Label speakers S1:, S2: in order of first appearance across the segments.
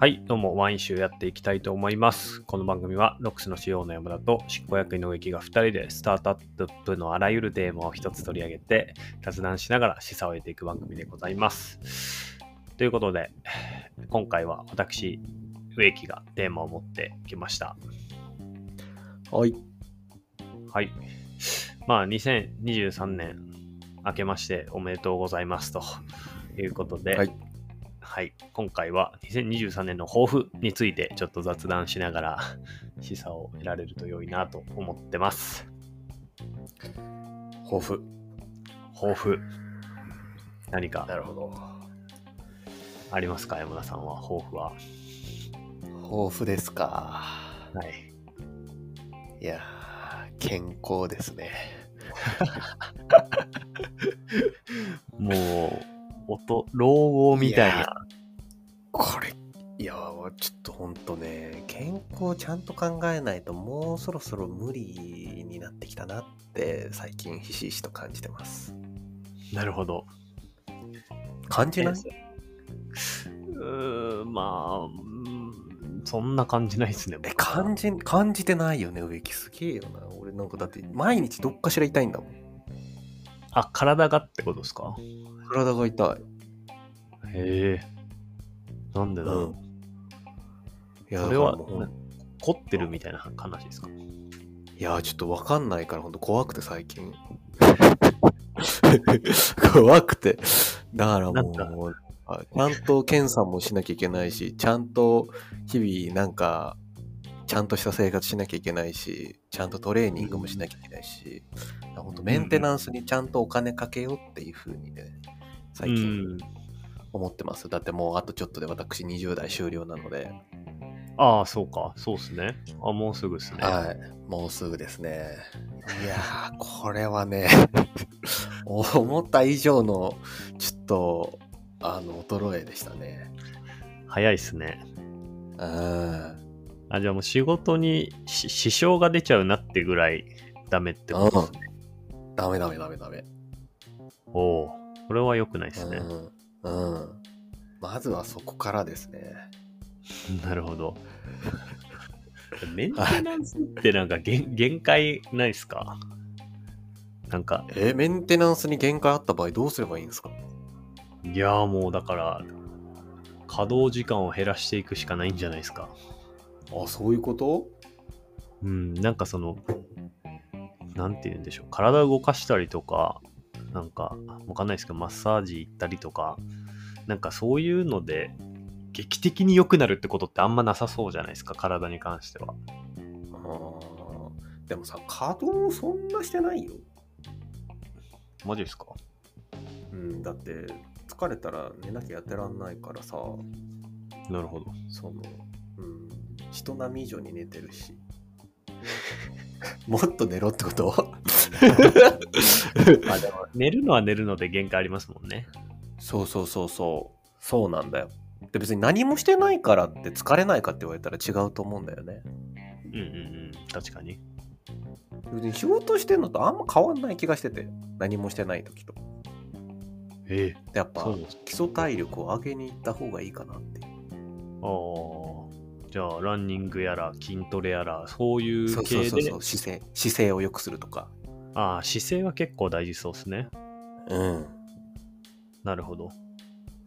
S1: はい、どうも、ワイン集やっていきたいと思います。この番組は、ロックスの CEO の山田と執行役員の植木が2人で、スタートアップのあらゆるテーマを一つ取り上げて、雑談しながら示唆を得ていく番組でございます。ということで、今回は私、植木がテーマを持ってきました。
S2: はい。
S1: はい。まあ、2023年明けましておめでとうございますということで、
S2: はい
S1: はい今回は2023年の抱負についてちょっと雑談しながら示唆を得られると良いなと思ってます。
S2: 抱負。
S1: 抱負。何か
S2: るほど。
S1: ありますか山田さんは、抱負は。
S2: 抱負ですか。
S1: はい。
S2: いやー、健康ですね。
S1: もう、音、老後みたい
S2: いや
S1: な。
S2: これ、いやー、ちょっとほんとね、健康ちゃんと考えないと、もうそろそろ無理になってきたなって、最近ひしひしと感じてます。
S1: なるほど。
S2: 感じない
S1: うーん、まあ、うーんそんな感じないですね。
S2: え、
S1: 僕は
S2: 感じ、感じてないよね、植木。すげえよな。俺なんかだって、毎日どっかしら痛いんだもん。
S1: あ、体がってことですか
S2: 体が痛い。
S1: へえ。なんでだろう、。
S2: いや、
S1: それは
S2: だからもうほん
S1: 凝ってるみたいな話ですか
S2: いやーちょっとわかんないからほんと怖くて最近 怖くてだから
S1: なん
S2: もうあちゃんと検査もしなきゃいけないしちゃんと日々なんかちゃんとした生活しなきゃいけないしちゃんとトレーニングもしなきゃいけないしほんとメンテナンスにちゃんとお金かけようっていうふうにね最近
S1: うん。
S2: 思ってますだってもうあとちょっとで私20代終了なので
S1: ああ、そうか。そうっすね。あ、もうすぐっすね。
S2: はい、もうすぐですね。いやー、これはね、 お思った以上の、ちょっと、あの、衰えでしたね。
S1: 早いっすね。
S2: うん。
S1: あ、じゃあもう仕事にし支障が出ちゃうなってぐらいダメってことですね。
S2: ダメダメダメダメ。
S1: おおー。これは良くないですね。
S2: うん。うん。まずはそこからですね。
S1: なるほ ど。メンテナンスってなんか限限界ないっすかなんか、
S2: え、メンテナンスに限界あった場合どうすればいいんですか
S1: いやーもうだから、稼働時間を減らしていくしかないんじゃないですか。
S2: あ、そういうこと
S1: うん、なんかその、なんて言うんでしょう、体動かしたりとか、なんか、わかんないですけど、マッサージ行ったりとか、なんかそういうので、劇的に良くなるってことってあんまなさそうじゃないですか、体に関しては。
S2: うん。でもさ、稼働もそんなしてないよ。
S1: マジですか
S2: うん、だって、疲れたら寝なきゃやってらんないからさ。
S1: なるほど。
S2: その、うん、人並み以上に寝てるし。もっと寝ろってこと
S1: まあでも、寝るのは寝るので限界ありますもんね。
S2: そうそうそうそう。そうなんだよ。で別に何もしてないからって疲れないかって言われたら違うと思うんだよね。
S1: うんうんうん、確かに。
S2: 別に仕事してんのとあんま変わんない気がしてて。何もしてない時と。
S1: ええ
S2: やっぱ
S1: そうです
S2: 基礎体力を上げに行った方がいいかなっていう。
S1: ああ。じゃあ、ランニングやら、筋トレやら、そういう
S2: そうそ
S1: 系
S2: う
S1: で、
S2: そうそう姿勢。姿勢を良くするとか。
S1: ああ、姿勢は結構大事そうですね。
S2: うん。
S1: なるほど。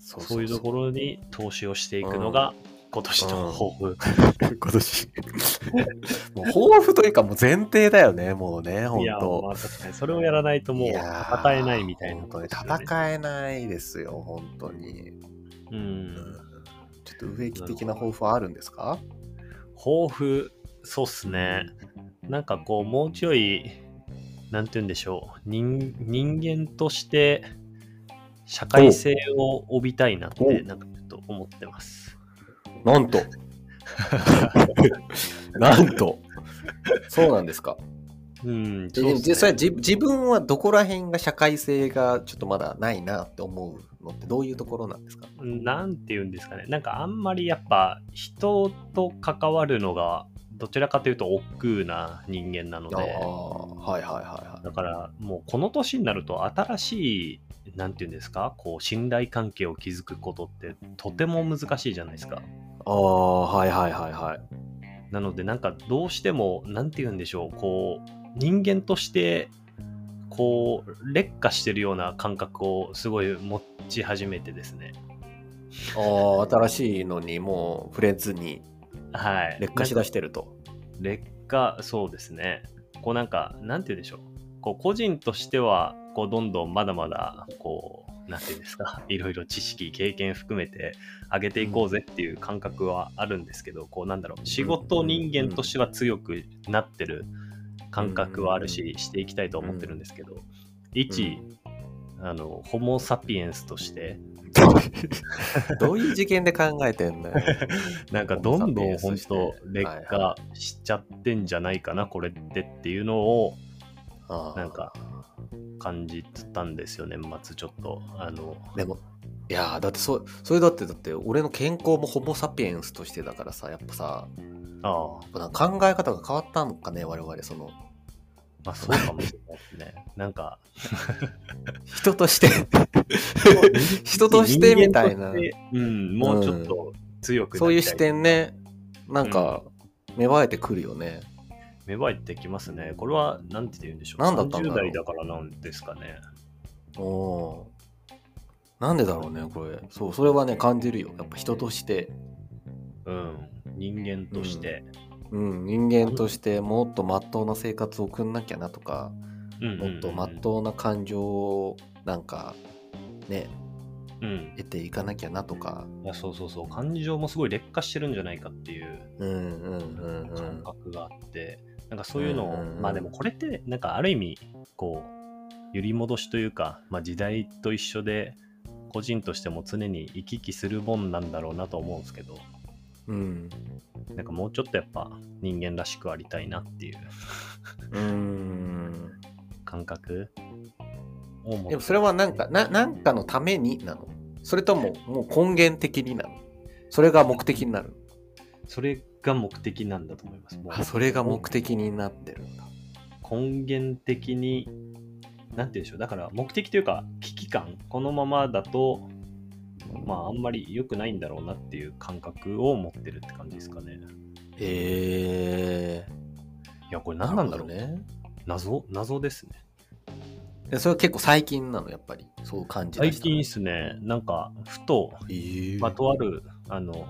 S2: そ
S1: そういうところに投資をしていくのが今年の抱負。
S2: 今年 もう抱負というかもう前提だよねもうね本
S1: いや、
S2: 当
S1: まあ確かにそれをやらないともう戦えないみたいな
S2: 本当
S1: こと
S2: に
S1: ですよね、
S2: 戦えないですよ本当に、
S1: うん。
S2: ちょっと植木的な抱負はあるんですか
S1: 抱負、そうっすね。なんかこう、もうちょい、なんて言うんでしょう。人人間として社会性を帯びたいなって、
S2: お
S1: なんかちょっと思ってます。
S2: なん となんとそうなんですか
S1: うん、
S2: で
S1: そうっ
S2: でそ
S1: す
S2: れ
S1: ね
S2: は自自分はどこら辺が社会性がちょっとまだないなって思うのってどういうところなんですか
S1: なんて言うんですかね、なんかあんまりやっぱ人と関わるのがどちらかというと億劫な人間なの
S2: ああ
S1: で、
S2: はいはいはいはい
S1: だからもうこの年になると新しい、なんて言うんですか、こう信頼関係を築くことってとても難しいじゃないですか。
S2: ああ、はいはいはいはい。
S1: なのでなんかどうしても何て言うんでしょうこう人間としてこう劣化してるような感覚をすごい持ち始めてですね
S2: ああ、新しいのにもう触れずに
S1: はい
S2: 劣化しだしてると。
S1: 劣化そうですねこうなんかなんて言うんでしょうこう個人としてはこうどんどんまだまだこうなんて言うんですか いろいろ知識経験含めて上げていこうぜっていう感覚はあるんですけどこうなんだろう仕事人間としては強くなってる感覚はあるししていきたいと思ってるんですけど一あのホモ・サピエンスとして
S2: どういう事件で考えてんだよ。
S1: なんかどんどん本当劣
S2: はい
S1: 化しちゃってんじゃないかなこれってっていうのを
S2: あー
S1: なんか感じたんですよ年末ちょっとあの
S2: でも、いやーだってそ、それだって、だって、俺の健康もホモ・サピエンスとしてだからさ、やっぱさ、
S1: ああ
S2: やっぱなんか考え方が変わったのかね、我々、その、
S1: まあそうかもしれないですね なんか
S2: 人 として 人としてみたい
S1: 人間
S2: な
S1: としてうんもうちょっと強くなりたい
S2: そういう視点ねなんか芽生えてくるよね、
S1: 芽生えてきますねこれはなんて言うんでしょう
S2: なんだったんだろ
S1: 30
S2: う
S1: 代だからなんですかね
S2: おおーなんでだろうねこれそうそれはね感じるよやっぱ人として
S1: うん人間として、
S2: うん人間としてもっとまっとうな生活を送んなきゃなとか
S1: うん
S2: もっとまっとうな感情をなんかね
S1: うん、
S2: 得ていかなきゃなとか
S1: いやそうそうそう感情もすごい劣化してるんじゃないかっていう
S2: うんうんうんう
S1: 感
S2: ん
S1: 覚があって、なんかそういうのを、
S2: うんうんうん
S1: まあでもこれってなんかある意味こう揺り戻しというか、まあ、時代と一緒で個人としても常に行き来するもんなんだろうなと思うんですけど
S2: うん
S1: なんかもうちょっとやっぱ人間らしくありたいなっていう
S2: うん
S1: 感覚を持
S2: でもそれはなんかななんかのためになのそれとももう根源的になのそれが目的になる
S1: それが目的なんだと思いますもう
S2: あそれが目的になってるんだ
S1: 根源的になんて言うんでしょうだから目的というか危機感このままだとまああんまり良くないんだろうなっていう感覚を持ってるって感じですかね
S2: へえ
S1: いやこれ
S2: 何
S1: 何
S2: な
S1: なんんだ
S2: だろ
S1: ろ
S2: う
S1: う、
S2: ね
S1: 謎謎ですね
S2: えそれは結構最近なのやっぱりそう感じ
S1: 最近ですねなんかふと、
S2: えー
S1: まあ、とあるあの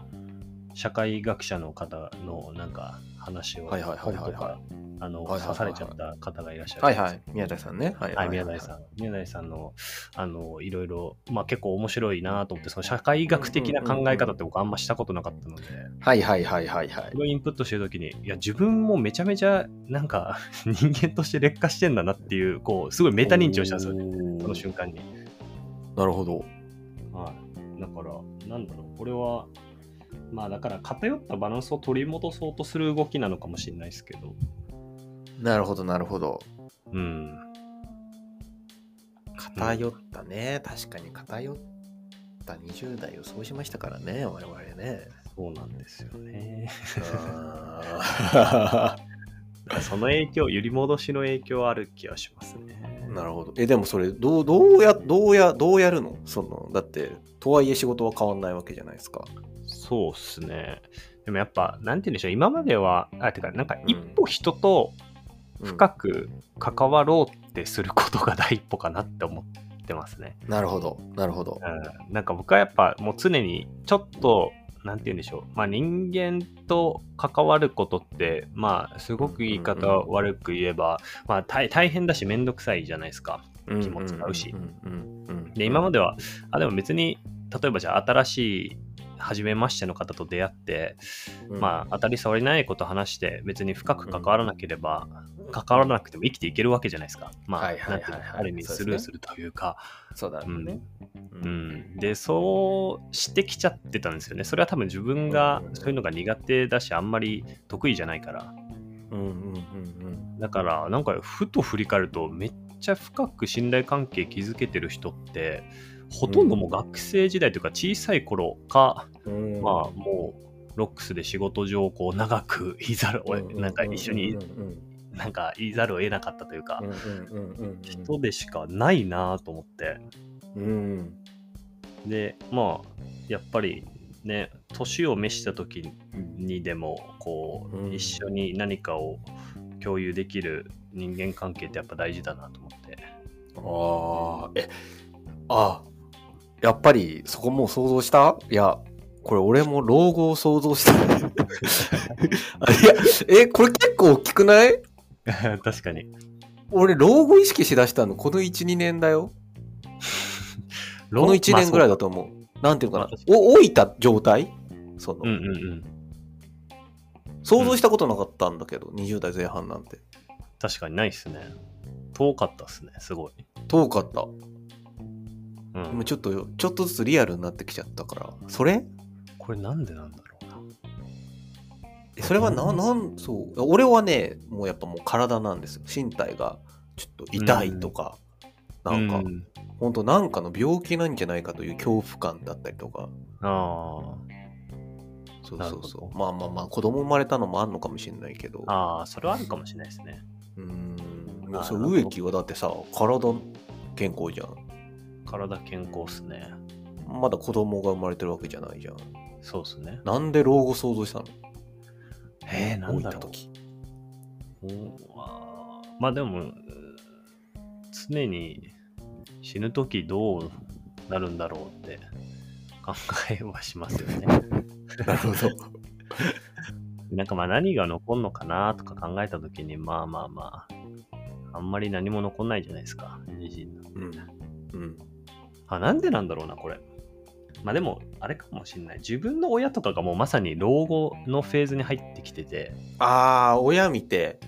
S1: 社会学者の方のなんか話を
S2: はいはいはいは
S1: 本
S2: いはい
S1: とかあの
S2: はいはいはいは
S1: 刺
S2: い
S1: されちゃった方がいらっしゃる
S2: はいはい宮台さんねはい
S1: はい、宮台さん。宮台さんの、あの、いろいろ、まあ結構面白いなと思って、その社会学的な考え方って僕あんましたことなかったので、
S2: はいはいはいはいはい
S1: それをインプットしてるときに、いや、自分もめちゃめちゃ、なんか、 人間として劣化してんだなっていう、こう、すごいメタ認知をしたんですよね、
S2: おー
S1: その瞬間に。
S2: なるほど
S1: はい。だから、なんだろう、これは、まあだから偏ったバランスを取り戻そうとする動きなのかもしれないですけど、
S2: なるほどなるほど
S1: うん。
S2: 偏ったね確かに偏った20代を過ごしましたからね我々ね
S1: そうなんですよね。
S2: あ
S1: その影響、揺り戻しの影響はある気はしますね。
S2: ー なるほどえでもそれどうどうやどうやどうやるのそのだってとはいえ仕事は変わんないわけじゃないですか
S1: そうっすね。でもやっぱ、なんて言うんでしょう、今までは、あ、てか、なんか
S2: うん
S1: 一歩人と深
S2: く、
S1: く関わろうってすることが第一歩かなって思ってますね。
S2: なるほどなるほど
S1: うん、なんか僕はやっぱ、もう常にちょっと、なんて言うんでしょう、まあ人間と関わることって、まあすごく言い方
S2: うんうんうん
S1: 悪く言えば、まあ大大変だし、めんどくさいじゃないですか。気も使うしで今ま
S2: で
S1: ではあでも別に例えばじゃあ新しい初めましての方と出会って、まあ当たり障りないこと話して別に深く関わらなければ、関わらなくても生きていけるわけじゃないですかまあ
S2: はいはいは
S1: なんて
S2: いはい
S1: いうのある意味
S2: そ
S1: ス
S2: うですね
S1: ルーするというか
S2: あそうだねう
S1: う、ん、でそうしてきちゃってたんですよねそれは多分自分が
S2: うん
S1: そういうのが苦手だしあんまり得意じゃないから
S2: うんうんうん
S1: だからなんかふと振り返るとめっちゃ深く信頼関係築けてる人ってほとんどもう学生時代というか小さい頃か、
S2: うんうん
S1: まあもうロックスで仕事上こう長くいざるを
S2: うん
S1: なんか一緒に
S2: うんうん
S1: なんかいざるを得なかったというか
S2: うんうんうん
S1: 人でしかないなと思って
S2: うんうん
S1: でまあやっぱりね、年を召した時にでも、こう、
S2: うん
S1: 一緒に何かを共有できる人間関係ってやっぱ大事だなと思って。
S2: ああ、え、あ、やっぱりそこもう想像したいや、これ俺も老後を想像した。あいや、え、これ結構大きくない
S1: 確かに。
S2: 俺老後意識しだしたのこの1、2年だよ。この1年ぐらい
S1: だ。
S2: だと思う。なんていうのか
S1: ま
S2: な、
S1: あ確
S2: お置いた状態
S1: そ
S2: その、
S1: ううんうんうん。
S2: 想像したことなかったんだけど、20代前半なんて。
S1: 確かにないっすね。遠かったっすね、すごい。
S2: 遠かった。
S1: う
S2: 今
S1: ん、
S2: ちょっと、ちょっとずつリアルになってきちゃったから。それ
S1: これなんでなんだろうな。
S2: えそれはな、
S1: うん
S2: なん、そう。俺はね、もうやっぱもう体なんですよ。身体がちょっと痛いとか、なんか、
S1: う
S2: ほんとなんかの病気なんじゃないかという恐怖感だったりとか。
S1: あ
S2: そう
S1: なる
S2: そ
S1: ほど
S2: うそう。まあまあまあ、子供生まれたのもあんのかもしれないけど。
S1: あ。ああ、それはあるかもしれないですね。
S2: うーん。い
S1: あ
S2: や
S1: ー
S2: そう
S1: なるほど
S2: 植木はだってさ、体健康じゃん。
S1: 体健康っすね。
S2: まだ子供が生まれてるわけじゃないじゃん。
S1: そうっすね。
S2: なんで老後想 像したの
S1: えー、なんだ
S2: 老いた
S1: ろ
S2: 時
S1: う。うんあーまあでも、うん常に死ぬ時どうなるんだろうって考えはしますよね。
S2: なるほど。
S1: なんかまあ何が残るのかなとか考えた時に、まあまあまあ、あんまり何も残んないじゃないですか、自身の。
S2: うん。うん。
S1: あ、なんでなんだろうな、これ。まあでも、あれかもしんない。自分の親とかがもうまさに老後のフェーズに入ってきてて、
S2: ああ、親見て、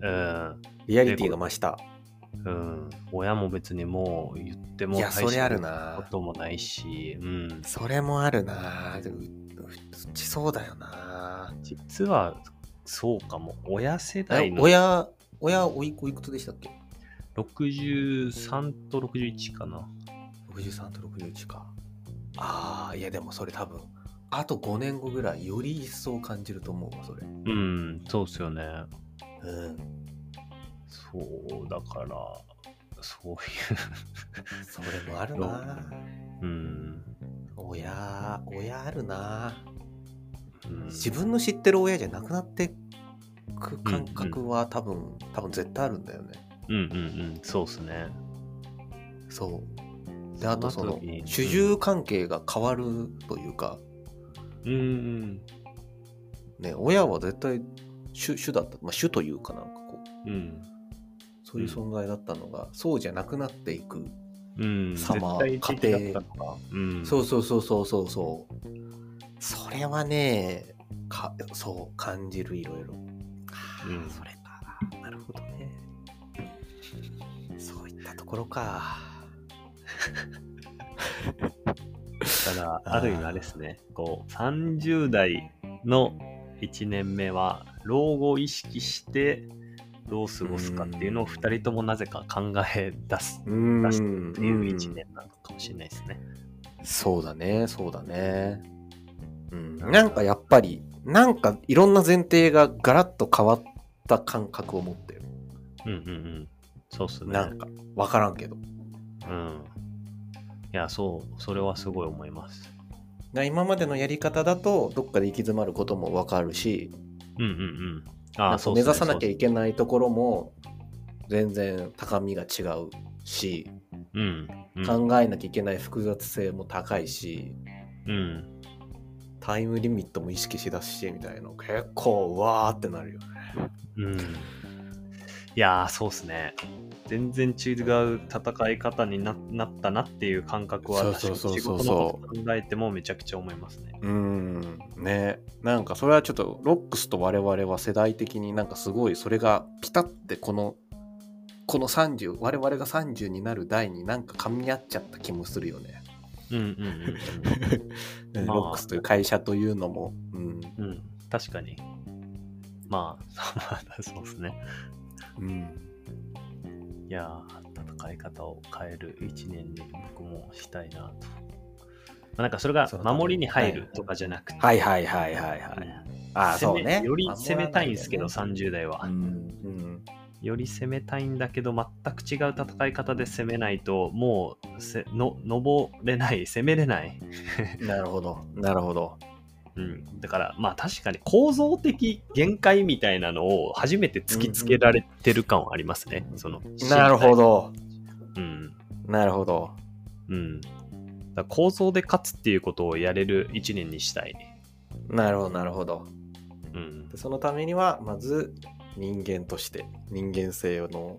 S1: うん、
S2: リアリティが増した。
S1: うん、親も別にもう言っても
S2: いやそれあるな
S1: こともないし、うん、
S2: それもあるなでもううちそうだよな
S1: 実はそうかも、親世代
S2: え
S1: の
S2: 親、親おい、おいくつでしたっけ
S1: 63と61かな。
S2: ?63 と61か。ああ、いやでもそれ多分、あと5年後ぐらいより一層感じると思うわ、それ。
S1: うん、そうっすよね。
S2: うん。
S1: そう、だから、そういう、
S2: それもあるな
S1: うん、
S2: 親、親あるな
S1: うん、
S2: 自分の知ってる親じゃなくなってく感覚は多分、多分絶対あるんだよね。
S1: うんうんうん、そうっすね。
S2: そう。で、あとそ
S1: その
S2: の
S1: 時に、
S2: 主従関係が変わるというか、
S1: うん、
S2: ね、親は絶対主主だった、まあ、主というかなんかこう、
S1: うん、うん。
S2: そういう存在だったのが、そうじゃなくなっていく。
S1: うん、
S2: 様
S1: 絶対的だ
S2: 家庭
S1: ったのかうん、
S2: そうそうそうそうそうそう。それはね、かそう、感じるいろいろ。
S1: うん
S2: それか。なるほどね。そういったところか。
S1: だから、ある意味あれですね、こう、30代の1年目は、老後を意識して、どう過ごすかっていうのを2人ともなぜか考え出す
S2: う
S1: 出してるっていう1
S2: ん
S1: 年なのかもしれないですね。
S2: そうだね、そうだね。うん、なんかやっぱり、なんかいろんな前提がガラッと変わった感覚を持ってる。
S1: うんうんうん。そうっすね。
S2: なんか、わからんけど。
S1: うん。いや、そう、それはすごい思います。
S2: な今までのやり方だと、どっかで行き詰まることもわかるし、
S1: うんうんうん。あ
S2: なん
S1: あ、
S2: か
S1: そう
S2: 目指さなきゃ
S1: い
S2: いけないところも、全然高みが違うし、
S1: けない。うん。うん
S2: 考えなきゃいけない複雑性も高いし、
S1: うん。
S2: タイムリミットも意識しだすし、みたいな。結構、うわーってなるよね。
S1: うん。いやー、そうっすね。全然違う戦い方にななったなっていう感覚は、
S2: そうそうそう
S1: 確か
S2: そう
S1: に仕事のこと考えてもめちゃくちゃ思いますね。
S2: うーんねなんかそれはちょっとロックスと我々は世代的になんかすごいそれがピタってこのこの30我々が30になる代になんか噛み合っちゃった気もする よね。
S1: うんうんうん
S2: ね
S1: まあ
S2: ロックスという会社というのも、う
S1: う
S2: ん
S1: ん。うん、確かに。まあ、 そうっすね。
S2: うん、
S1: いやー、戦い方を変える一年に僕もしたいなと。まあ、なんかそれが
S2: そうだね
S1: 守りに入るとかじゃなくて、
S2: はいはいはいはいはい。ああそ
S1: 攻
S2: う
S1: め
S2: ね。
S1: より攻めたいんですけど、
S2: 守らな
S1: 30代は、
S2: いでねうん、うん、
S1: より攻めたいんだけど、全く違う戦い方で攻めないと、もうせの、登れない、攻めれない。
S2: なるほど。なるほど。
S1: うん。だから、まあ確かに構造的限界みたいなのを初めて突きつけられてる感はありますね。その、
S2: なるほ
S1: ど。
S2: ど。
S1: うん。
S2: なるほど。
S1: うん。だから構造で勝つっていうことをやれる一年にしたい。
S2: なるほど、なるほど。
S1: うん
S2: で。そのためには、まず人間として、人間性の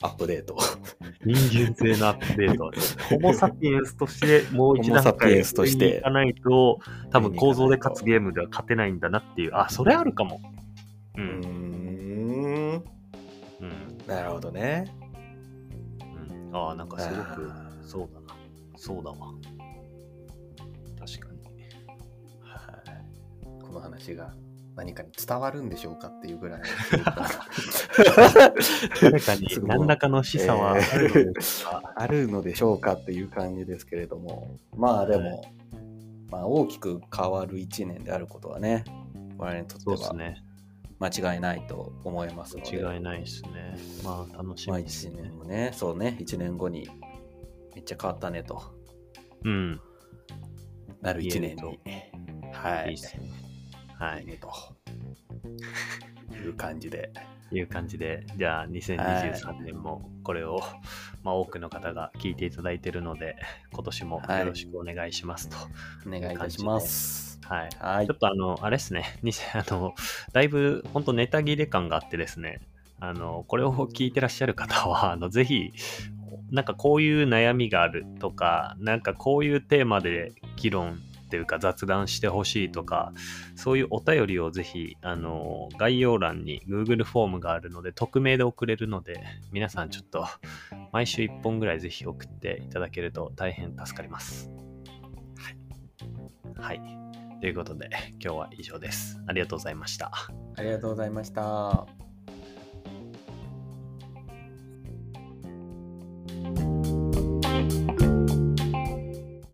S2: アップデート。
S1: 人間性のアップデート。ホモ・サピエンスとして、もう一段
S2: ホモサピエ
S1: 階
S2: ンスとし
S1: 上に
S2: て
S1: 行かないと、多分構造で勝つゲームでは勝てないんだなっていう。あ、それあるかも。う。
S2: うんーん。
S1: うん。
S2: なるほどね。
S1: うん、ああ、なんかすごく、そうだな。そうだわ。確かに。
S2: はいこの話が何かに伝わるんでしょうかっていうぐらい。
S1: 確かに、何らかの示唆はあるのですが、
S2: あるのでしょうかっていう感じですけれども、まあでも、まあ、大きく変わる1年であることはね、我々にとって
S1: そうです
S2: は
S1: ね。
S2: 間違いないと思いますので、
S1: 違いないですね。まあ、楽し
S2: まあ
S1: みです
S2: 1
S1: ね
S2: 年。もね、そうね、1年後にめっちゃ変わったねと
S1: うん。
S2: なる1年
S1: 言
S2: に、はい
S1: い
S2: い、
S1: っすね。はい
S2: い。ねという感 じで、
S1: いう感じで、じゃあ2023年もこれを、まあ、多くの方が聞いていただいているので、今年もよろしくお願いしますと。
S2: お願いいたします。
S1: はい。
S2: はい
S1: ちょ、っとあの、あれですね、に あのだいぶ本当ネタ切れ感があってですね、あのこれを聞いてらっしゃる方は、あのぜひ、なんかこういう悩みがあるとか、なんかこういうテーマで議論っていうか雑談してほしいとか、そういうお便りをぜひ、あの概要欄に Google フォームがあるので、匿名で送れるので、皆さんちょっと毎週1本ぐらいぜひ送っていただけると大変助かります。はい。はいということで、今日は以上です。ありがとうございました。
S2: ありがとうございました。